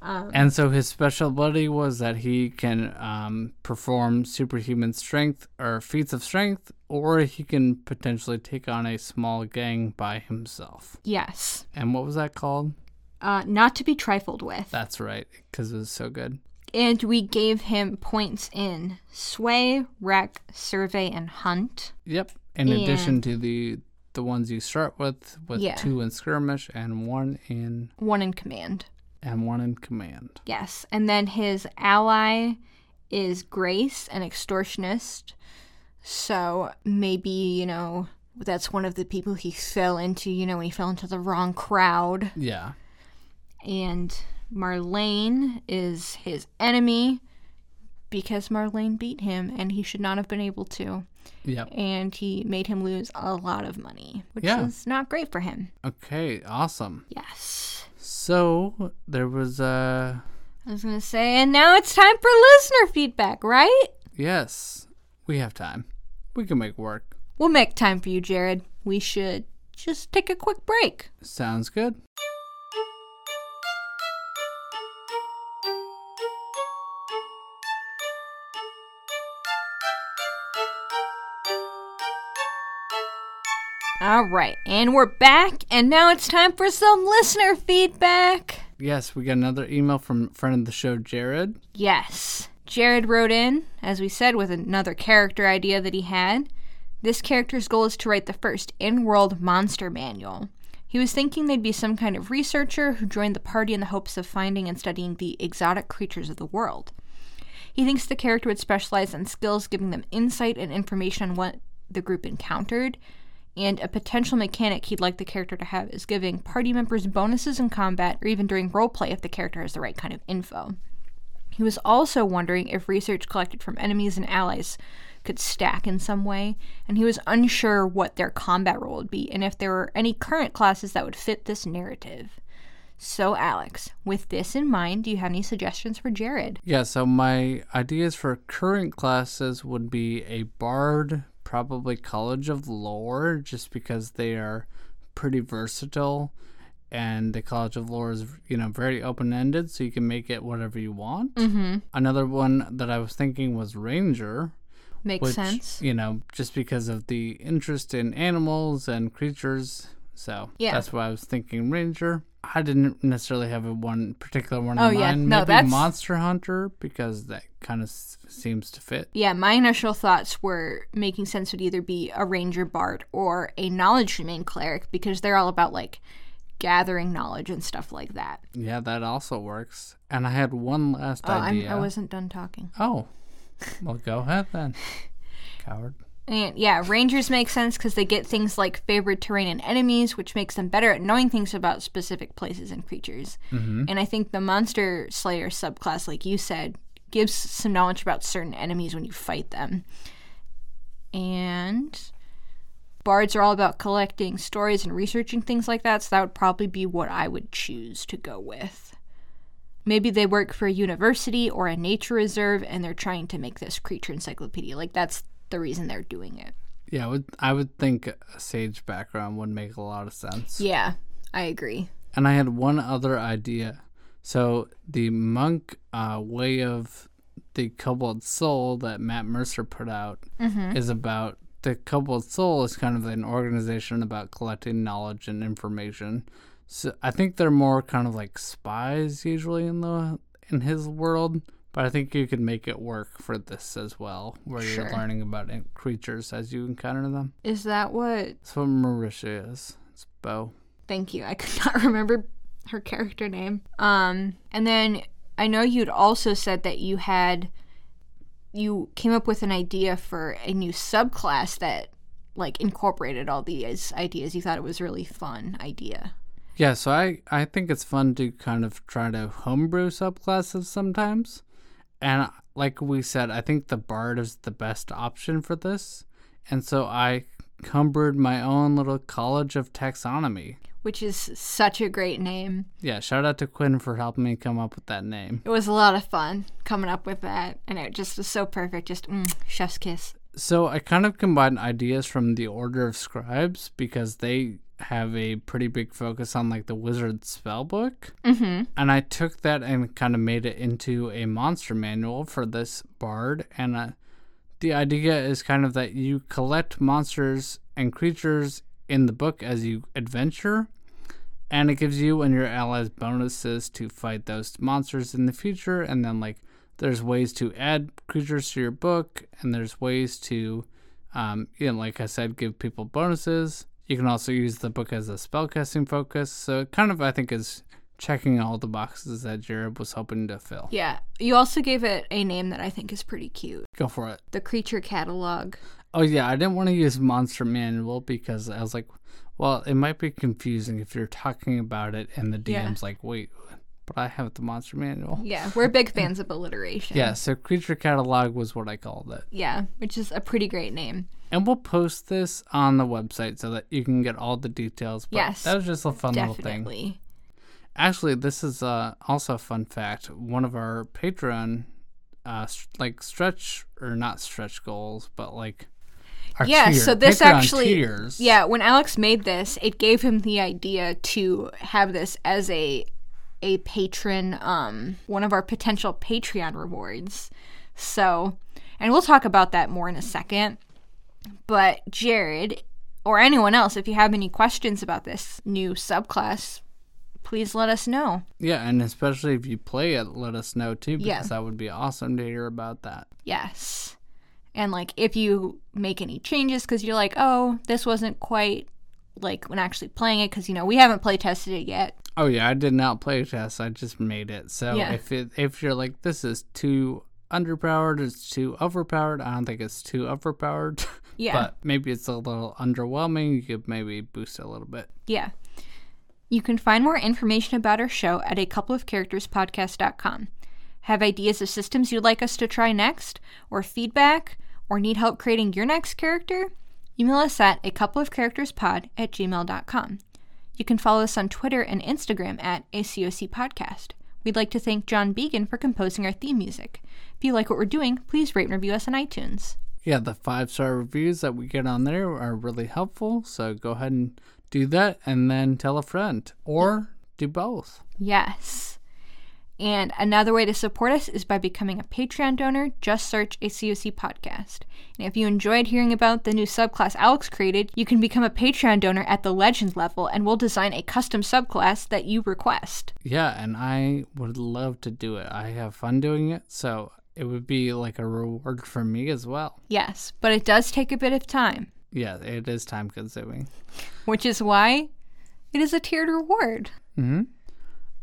B: And so his special ability was that he can um, perform superhuman strength or feats of strength, or he can potentially take on a small gang by himself.
A: Yes.
B: And what was that called?
A: Uh, not to be trifled with.
B: That's right, because it was so good.
A: And we gave him points in sway, wreck, survey, and hunt.
B: Yep. In addition to the the ones you start with, with
A: Yeah.
B: two in skirmish and one in
A: One in command.
B: and one in command.
A: Yes. And then his ally is Grace, an extortionist. So maybe, you know, that's one of the people he fell into, you know, when he fell into the wrong crowd.
B: Yeah.
A: And Marlene is his enemy because Marlene beat him and he should not have been able to.
B: Yep.
A: and he made him lose a lot of money, which
B: Yeah.
A: is not great for him.
B: Okay, awesome.
A: Yes.
B: So there was uh
A: I was going to say, and now it's time for listener feedback, right?
B: yes, we have time. We can make work.
A: We'll make time for you, Jared. We should just take a quick break.
B: Sounds good.
A: All right, and we're back, and now it's time for some listener feedback.
B: Yes, we got another email from friend of the show Jared.
A: Yes. Jared wrote in, as we said, with another character idea that he had. This character's goal is to write the first in world monster manual. He was thinking they'd be some kind of researcher who joined the party in the hopes of finding and studying the exotic creatures of the world. He thinks the character would specialize in skills giving them insight and information on what the group encountered. And a potential mechanic he'd like the character to have is giving party members bonuses in combat or even during roleplay if the character has the right kind of info. He was also wondering if research collected from enemies and allies could stack in some way, and he was unsure what their combat role would be and if there were any current classes that would fit this narrative. So, Alex, with this in mind, do you have any suggestions for Jared?
B: Yeah, so my ideas for current classes would be a bard, probably College of Lore, just because they are pretty versatile, and the College of Lore is you know very open ended, so you can make it whatever you want. Mm-hmm. Another one that I was thinking was Ranger,
A: Makes
B: which
A: sense.
B: you know just because of the interest in animals and creatures. So
A: Yeah.
B: that's why I was thinking Ranger. I didn't necessarily have a one particular one
A: Oh,
B: in
A: yeah.
B: mind.
A: No,
B: Maybe
A: that's-
B: Monster Hunter because that kind of s- seems to fit.
A: Yeah, my initial thoughts were making sense would either be a ranger bard or a knowledge domain cleric because they're all about like gathering knowledge and stuff like that.
B: Yeah, that also works. And I had one last
A: Oh, I'm,
B: idea.
A: I wasn't done talking.
B: Oh, well, go ahead
A: <laughs>
B: then, coward.
A: And yeah, rangers make sense because they get things like favored terrain and enemies, which makes them better at knowing things about specific places and creatures. And I think the monster slayer subclass, like you said, gives some knowledge about certain enemies when you fight them. And bards are all about collecting stories and researching things like that, so that would probably be what I would choose to go with. Maybe they work for a university or a nature reserve and they're trying to make this creature encyclopedia. Like, that's the reason they're doing it.
B: Yeah, I would, I would think a sage background would make a lot of sense.
A: Yeah, I agree.
B: And I had one other idea. So the monk uh, way of the Cobalt Soul that Matt Mercer put out is about the Cobalt Soul is kind of an organization about collecting knowledge and information. So I think they're more kind of like spies usually in the in his world, but I think you could make it work for this as well, where
A: Sure.
B: you're learning about in- creatures as you encounter them.
A: Is that what?
B: That's what Marisha is. It's Bo.
A: Thank you. I could <laughs> not remember her character name. Um, and then I know you'd also said that you had you came up with an idea for a new subclass that like incorporated all these ideas. You thought it was a really fun idea.
B: Yeah, so I, I think it's fun to kind of try to homebrew subclasses sometimes. And like we said, I think the bard is the best option for this. And so I cumbered my own little college of taxonomy.
A: Which is such a great name.
B: Yeah, shout out to Quinn for helping me come up with that name.
A: It was a lot of fun coming up with that, and it just was so perfect. Just mm, chef's kiss.
B: So I kind of combined ideas from the Order of Scribes because they have a pretty big focus on like the wizard spell book.
A: Mm-hmm.
B: and I took that and kind of made it into a monster manual for this bard. And uh, the idea is kind of that you collect monsters and creatures in the book as you adventure, and it gives you and your allies bonuses to fight those monsters in the future. And then, like, there's ways to add creatures to your book, and there's ways to, um, you know, like I said, give people bonuses. You can also use the book as a spellcasting focus. So, it kind of, I think, is checking all the boxes that Jared was hoping to fill.
A: Yeah. You also gave it a name that I think is pretty cute.
B: Go for it.
A: The creature catalog.
B: Oh yeah, I didn't want to use Monster Manual because I was like, well, it might be confusing if you're talking about it and the DM's
A: Yeah.
B: like, wait, but I have the Monster Manual.
A: Yeah, we're big fans of alliteration.
B: Yeah, so Creature Catalog was what I called it.
A: Yeah, which is a pretty great name.
B: And we'll post this on the website so that you can get all the details. But
A: Yes,
B: That was just a fun little thing.
A: Definitely.
B: Actually, this is uh, also a fun fact. One of our Patreon, uh, s- like stretch, or not stretch goals, but like. Our
A: Yeah,
B: tier-
A: so this
B: Patreon
A: actually
B: Tiers.
A: Yeah, when Alex made this, it gave him the idea to have this as a a patron um one of our potential Patreon rewards. So, and we'll talk about that more in a second. But Jared or anyone else if you have any questions about this new subclass, please let us know.
B: Yeah, and especially if you play it, let us know too, because
A: Yeah.
B: that would be awesome to hear about that.
A: Yes. And like if you make any changes because you're like, oh, this wasn't quite like when actually playing it because you know we haven't play tested it yet.
B: Oh yeah, I did not play test; I just made it. So
A: Yeah.
B: if it, if you're like, this is too underpowered, it's too overpowered. I don't think it's too overpowered, <laughs>
A: Yeah,
B: but maybe it's a little underwhelming. You could maybe boost it a little bit.
A: yeah. You can find more information about our show at a couple of characters podcast.com. Have ideas of systems you'd like us to try next, or feedback, or need help creating your next character? Email us at a couple of characters pod at gmail.com. You can follow us on Twitter and Instagram at ACOC Podcast. We'd like to thank John Began for composing our theme music. If you like what we're doing, please rate and review us on iTunes.
B: Yeah, the five star reviews that we get on there are really helpful. So go ahead and do that, and then tell a friend or do both.
A: Yes. And another way to support us is by becoming a Patreon donor. Just search a COC podcast. And if you enjoyed hearing about the new subclass Alex created, you can become a Patreon donor at the Legend level and we'll design a custom subclass that you request.
B: Yeah, and I would love to do it. I have fun doing it, so it would be like a reward for me as well.
A: Yes, but it does take a bit of time,
B: Yeah, it is time consuming.
A: which is why it is a tiered reward.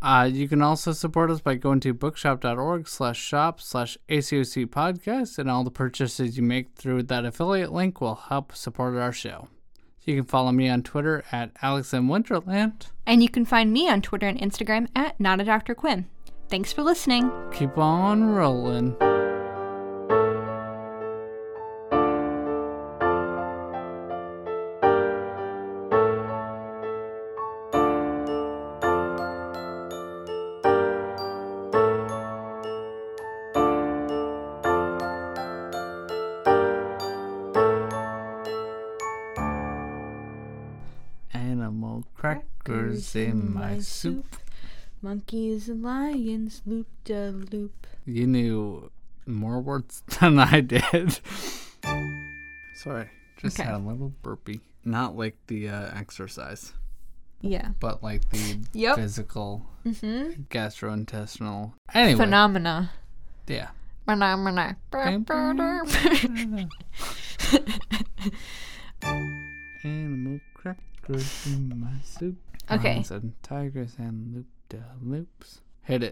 B: Uh, you can also support us by going to bookshop.org slash shop slash ACOC podcast, and all the purchases you make through that affiliate link will help support our show. You can follow me on Twitter at Alex in Winterland.
A: And you can find me on Twitter and Instagram at Not a Dr. Quinn. Thanks for listening.
B: Keep on rolling. Little crackers in my soup.
A: Monkeys and lions loop de loop.
B: You knew more words <laughs> than I did. Sorry, just
A: Okay.
B: had a little burpee. Not like the uh, exercise,
A: Yeah.
B: but like the
A: Yep.
B: physical
A: Mm-hmm.
B: gastrointestinal. Anyway,
A: Phenomena.
B: yeah.
A: <laughs> Phenomena.
B: Animal crackers in my soup.
A: Okay.
B: Lions and tigers and loop de loops. Hit it.